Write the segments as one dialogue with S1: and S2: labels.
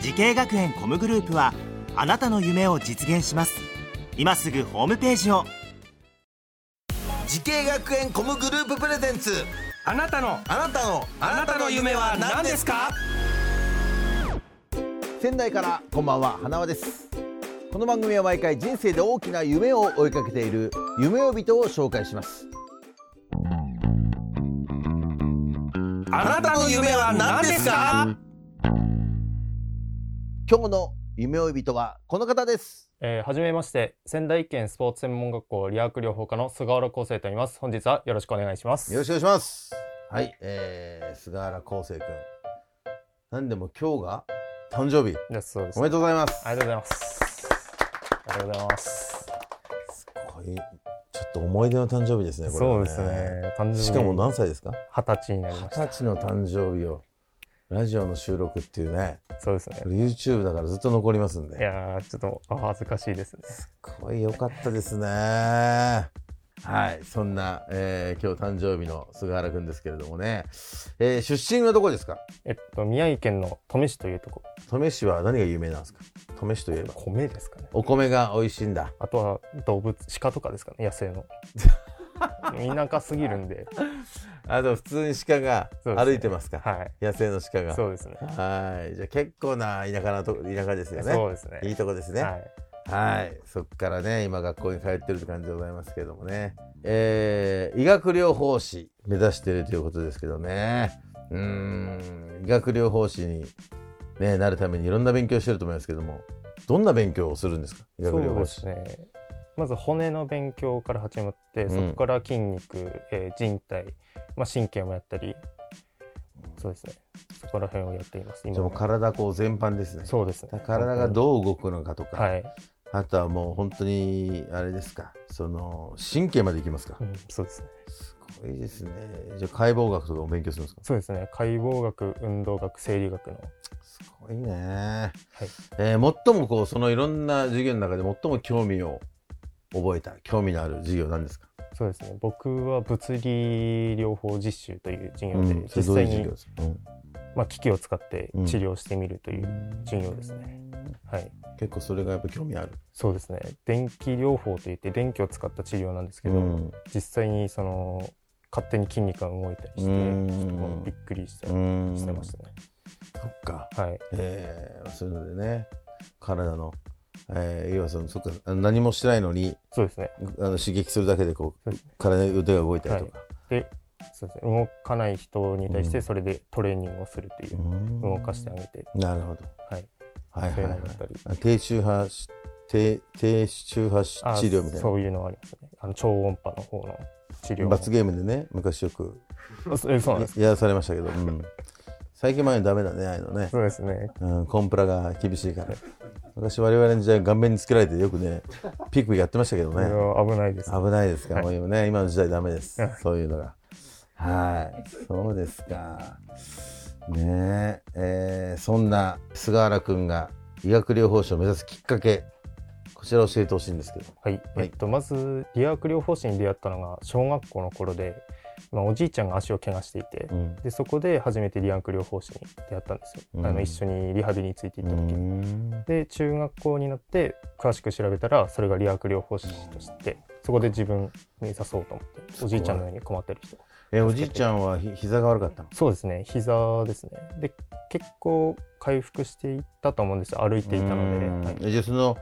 S1: 時系学園コムグループはあなたの夢を実現します今すぐホームページを
S2: 時系学園コムグループプレゼンツ
S3: あなたの
S2: あなたの
S3: あなたの夢は何ですか
S4: 仙台からこんばんは花輪ですこの番組は毎回人生で大きな夢を追いかけている夢呼人を紹介します
S3: あなたの夢は何ですか
S4: 今日の夢追い人はこの方です
S5: えー、はじめまして、仙台県スポーツ専門学校理学療法科の菅原康生と言います。本日はよろしくお願いします。
S4: よろしくお願いしますはい、えー、菅原康生くんなんでも今日が誕生日
S5: ですそうです
S4: おめでとうございます
S5: ありがとうございます。ありがとうございます。
S4: これちょっと思い出の誕生日ですねこれ
S5: そ
S4: は
S5: うですね。誕生日
S4: しかも何歳ですか
S5: 二十歳になり
S4: 二
S5: まし
S4: 十歳の誕生日をラジオの収録っていうね
S5: た。そうですね
S4: こ。れ YouTube だからずっと残りますんで
S5: いやー、ちょっとお恥ずかしいですね。
S4: これ良かったですね。はい、そんな、えー今日誕生日の菅原くんですけれどもね、えー出身はどこですか？
S5: えっと、宮城県の登米市というとこ、
S4: 登米市は何が有名なんですか？登米市といえば
S5: 米ですかね。
S4: お米が美味しいんだ。
S5: あとは動物、鹿とかですかね、野生 の。田舎すぎるんで。
S4: あと普通に鹿が
S5: そうですね
S4: 歩いてますか？
S5: はい。
S4: 野生の鹿が。
S5: そうですね。
S4: はい、じゃあ結構な田舎なとこ田舎ですよ
S5: そう
S4: ね。
S5: ですね。
S4: いいとこですね。
S5: はい。
S4: はい、そっからね、今学校に通ってるって感じでございますけどもね。えー医学療法士目指してるということですけどね。うーん、医学療法士に、ね、なるためにいろんな勉強してると思いますけども、どんな勉強をするんですか医学療
S5: そう
S4: 法
S5: で
S4: 士。
S5: すねまず骨の勉強から始まって、
S4: ん
S5: そこから筋肉、えー人体、まあ、神経もやったりそうですねそこら辺をやっています
S4: じゃあもう
S5: は
S4: 体こう全般ですね。
S5: そうですね
S4: 体がどう動くのかとか、
S5: はい、
S4: あとはもう本当に、あれですか、その、神経までいきますか
S5: う。ん、そうですね
S4: すごいですね。じゃあ解剖学とかも勉強するんですか
S5: そうですね解剖学運動学生理学の
S4: すごいね、えー最もこうそのいろんな授業の中で最も興味を覚えた興味のある授業なんですか、
S5: そうですね僕は物理療法実習という授業で、
S4: うんそれどうい
S5: 実際
S4: う授
S5: に
S4: 業、ですか、うん
S5: まあ、機器を使って
S4: うん
S5: 治療してみるという授業ですね、はい
S4: 結構それがやっぱ興味ある
S5: そうですね電気療法といって電気を使った治療なんですけど、
S4: うん
S5: 実際にその勝手に筋肉が動いたりして、
S4: うん
S5: ちょっともうびっくりしたり
S4: ん
S5: してましたね、
S4: そっか
S5: はい
S4: えー、そういうのでね体の、えー、要はそのそっかあの何もしてないのに
S5: そうですね
S4: あの刺激するだけでこう
S5: そうです
S4: 体の腕が動いたりとか、
S5: でそうですね動かない人に対し
S4: う
S5: て
S4: ん
S5: それでトレーニングをするというう、
S4: ん
S5: 動かしてあげて
S4: なるほど
S5: はい
S4: はいはいはい
S5: そういうのだったり
S4: あ低周波し低低周波し治
S5: あ
S4: 療みたいな
S5: そういうのはありますねあの超音波の方の治療
S4: 罰ゲームでね昔よく
S5: あそえそうなんです
S4: やらされましたけど、うん最近前にダメだねああいうのね
S5: そ、うですね
S4: うん、コンプラが厳しいから昔我々の時代顔面につけられてよくねピクピクやってましたけど
S5: それ
S4: ね
S5: は危ないです
S4: 危ないですから、もう今ね今の時代ダメですそういうのがはいそうですかねええーそんな菅原君が医学療法士を目指すきっかけこちら教えてほしいんですけど
S5: はい、
S4: はい
S5: えっとまず理学療法士に出会ったのが小学校の頃で、まあ、おじいちゃんが足を怪我していて、
S4: うん
S5: でそこで初めて理学療法士に出会ったんですよ、
S4: うん
S5: あの一緒にリハビリについていった時、
S4: うん
S5: で中学校になって詳しく調べたらそれが理学療法士としてそこで自分に指そうと思っておじいちゃんのように困ってる人
S4: えおじいちゃんはひ膝が悪かったの
S5: そうですね膝ですねで結構回復していったと思うんですよ歩いていたので、
S4: うん
S5: はい
S4: えじゃあその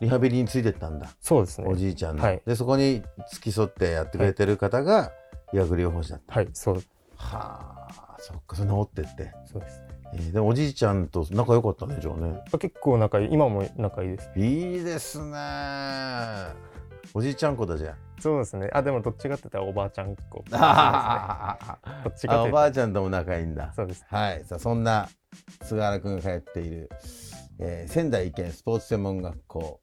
S4: リハビリについてったんだ、
S5: そうですね
S4: おじいちゃんの、
S5: はい
S4: でそこに付き添ってやってくれてる方が医学療法士だった
S5: はいそう
S4: はあそっかそんな折ってって、
S5: そうですね
S4: えーでもおじいちゃんと仲良かったねじゃあね
S5: 結構仲いい今も仲いいです
S4: いいですねおじいちゃん子だ じゃ
S5: そうですねあでもどっちかって言ったらおばあちゃんっ 子
S4: あ
S5: どっちか
S4: あ
S5: と
S4: お
S5: いうと
S4: ばあちゃんとも仲いいんだ
S5: そうです
S4: はいさあそんな菅原くんが通っているえー仙台医研スポーツ専門学校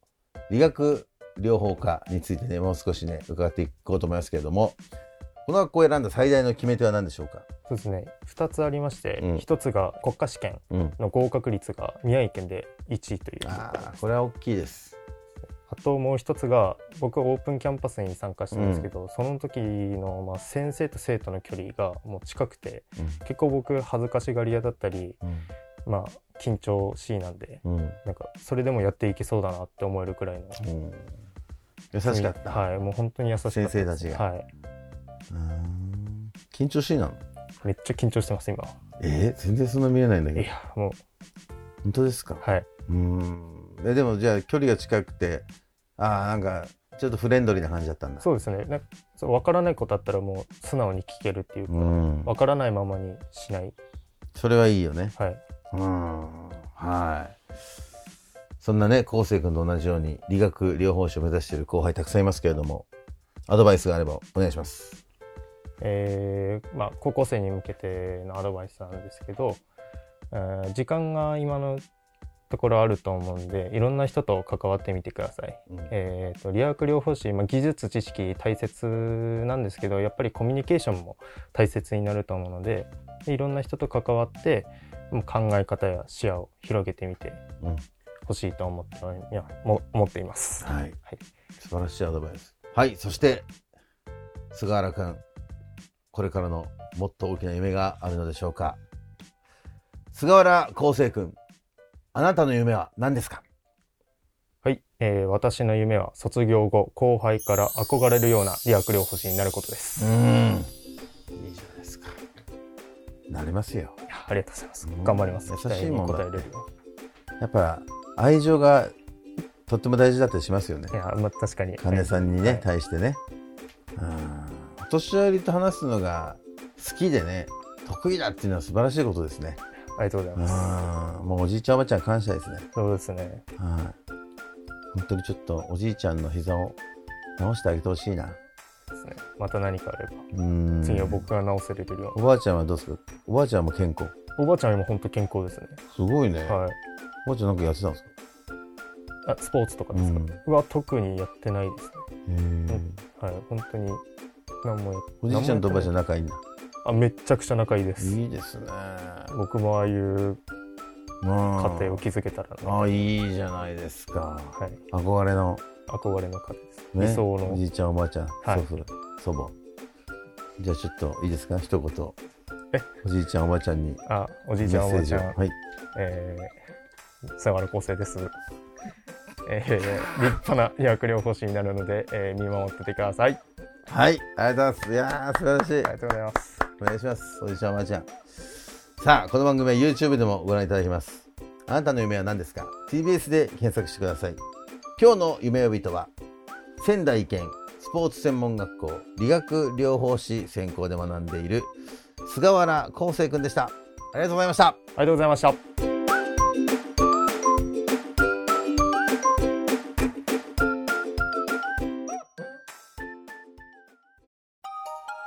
S4: 理学療法科についてねもう少しね伺っていこうと思いますけれどもこの学校を選んだ最大の決め手は何でしょうか、
S5: そうですね2つありまして、
S4: うん
S5: 1つが国家試験
S4: うん、
S5: の合格率が宮城県で1位という
S4: あーこれは大きいです。
S5: あともう一つが僕はオープンキャンパスに参加したんですけど、その時のまあ先生と生徒の距離がもう近くて結構僕恥ずかしがり屋だったり、まあ、緊張しいなんで
S4: うんうん
S5: なんかそれでもやっていけそうだなって思えるくらいの
S4: 優しかった、
S5: はい、もう本当に優しかったです
S4: 先生たちが
S5: はい、
S4: うーん緊張しいなの
S5: めっちゃ緊張してます今
S4: えー全然そんな見えないんだけ
S5: い
S4: ど
S5: やも
S4: 本当ですか
S5: うはい、
S4: うーんえでもじゃあ距離が近くてああんかちょっとフレンドリーな感じだったんだ
S5: そうですねなんかそう分からないことあったらもう素直に聞けるっていうか、
S4: うん
S5: 分からないままにしない
S4: それはいいよね
S5: はい
S4: うんはいそんなね昴生君と同じように理学療法士を目指している後輩たくさんいますけれどもアドバイスがあればお願いします
S5: えーまあ、高校生に向けてのアドバイスなんですけど、えー時間が今のところあると思うんでいろんな人と関わってみてください。
S4: うん
S5: えー、と理学療法士、まあ、技術知識大切なんですけどやっぱりコミュニケーションも大切になると思うのででいろんな人と関わってもう考え方や視野を広げてみて
S4: うん
S5: ほしいと思っていやも思っています。
S4: はい、
S5: はい
S4: 素晴らしいアドバイスはいそして菅原君これからのもっと大きな夢があるのでしょうか菅原康生君あなたの夢は何ですか
S5: はい、えー私の夢は卒業後後輩から憧れるような理学療法士になることです。
S4: うーんいいじゃないですかなりますよ
S5: いやありがとうございます
S4: うん。
S5: 頑張ります。
S4: 優しい
S5: 期待に
S4: もんだ
S5: 応えれるよう
S4: やっぱ愛情がとっても大事だったりしますよね
S5: にいや、まあ、確かに。
S4: 患者さんにね、
S5: はい
S4: 対してねうんお年寄りと話すのが好きでね得意だっていうのは素晴らしいことですね
S5: ありがとうございます。
S4: うんもうおじいちゃんおばあちゃん感謝ですね。
S5: そうですね。
S4: はい。本当にちょっとおじいちゃんの膝を直してあげてほしいな。
S5: ですねまた何かあれば、
S4: うん。
S5: 次は僕が直せれるよう
S4: お
S5: に。
S4: ばあちゃんはどうですかおばあちゃんも健康。
S5: おばあちゃんは今本当健康ですね。
S4: すごいね。
S5: はい。
S4: おばあちゃんなんかやってたんですか
S5: あ、スポーツとかですか、は特にやってないです
S4: うんへえ
S5: ね。はい、本当に。何もや
S4: おじいちゃんとおばあちゃん
S5: ん
S4: 仲いいんだ。
S5: あめっちゃくちゃ仲いいです
S4: いいですね。
S5: 僕もああいう
S4: ま
S5: 家庭を築けたらな、
S4: あ
S5: は
S4: あ、
S5: い、
S4: いいじゃないですか。憧れの、
S5: 憧れの家
S4: ね、
S5: 庭です、理想
S4: お
S5: の
S4: じいちゃんおばあちゃん、
S5: い
S4: 祖父、祖母。じゃあちょっといいですか一言
S5: え。
S4: おじいちゃんおばあちゃんに
S5: あおじ
S4: メッ
S5: いち
S4: セ
S5: ゃんおば
S4: ー
S5: あ
S4: ジ
S5: ちゃ
S4: を。
S5: ん
S4: はい。
S5: えー、菅原康生です。えー、立派な医薬療法士になるので、えー、見守っててください。
S4: はい、ありがとうございます。いやー、素晴らしい。
S5: ありがとうございます。
S4: お願いします。おじいちゃん、おばあちゃん。さあ、この番組は YouTube でもご覧いただけます。あなたの夢は何ですか ?TBS で検索してください。今日の夢呼人は、仙台県スポーツ専門学校理学療法士専攻で学んでいる菅原康生くんでした。ありがとうございました。
S5: ありがとうございました。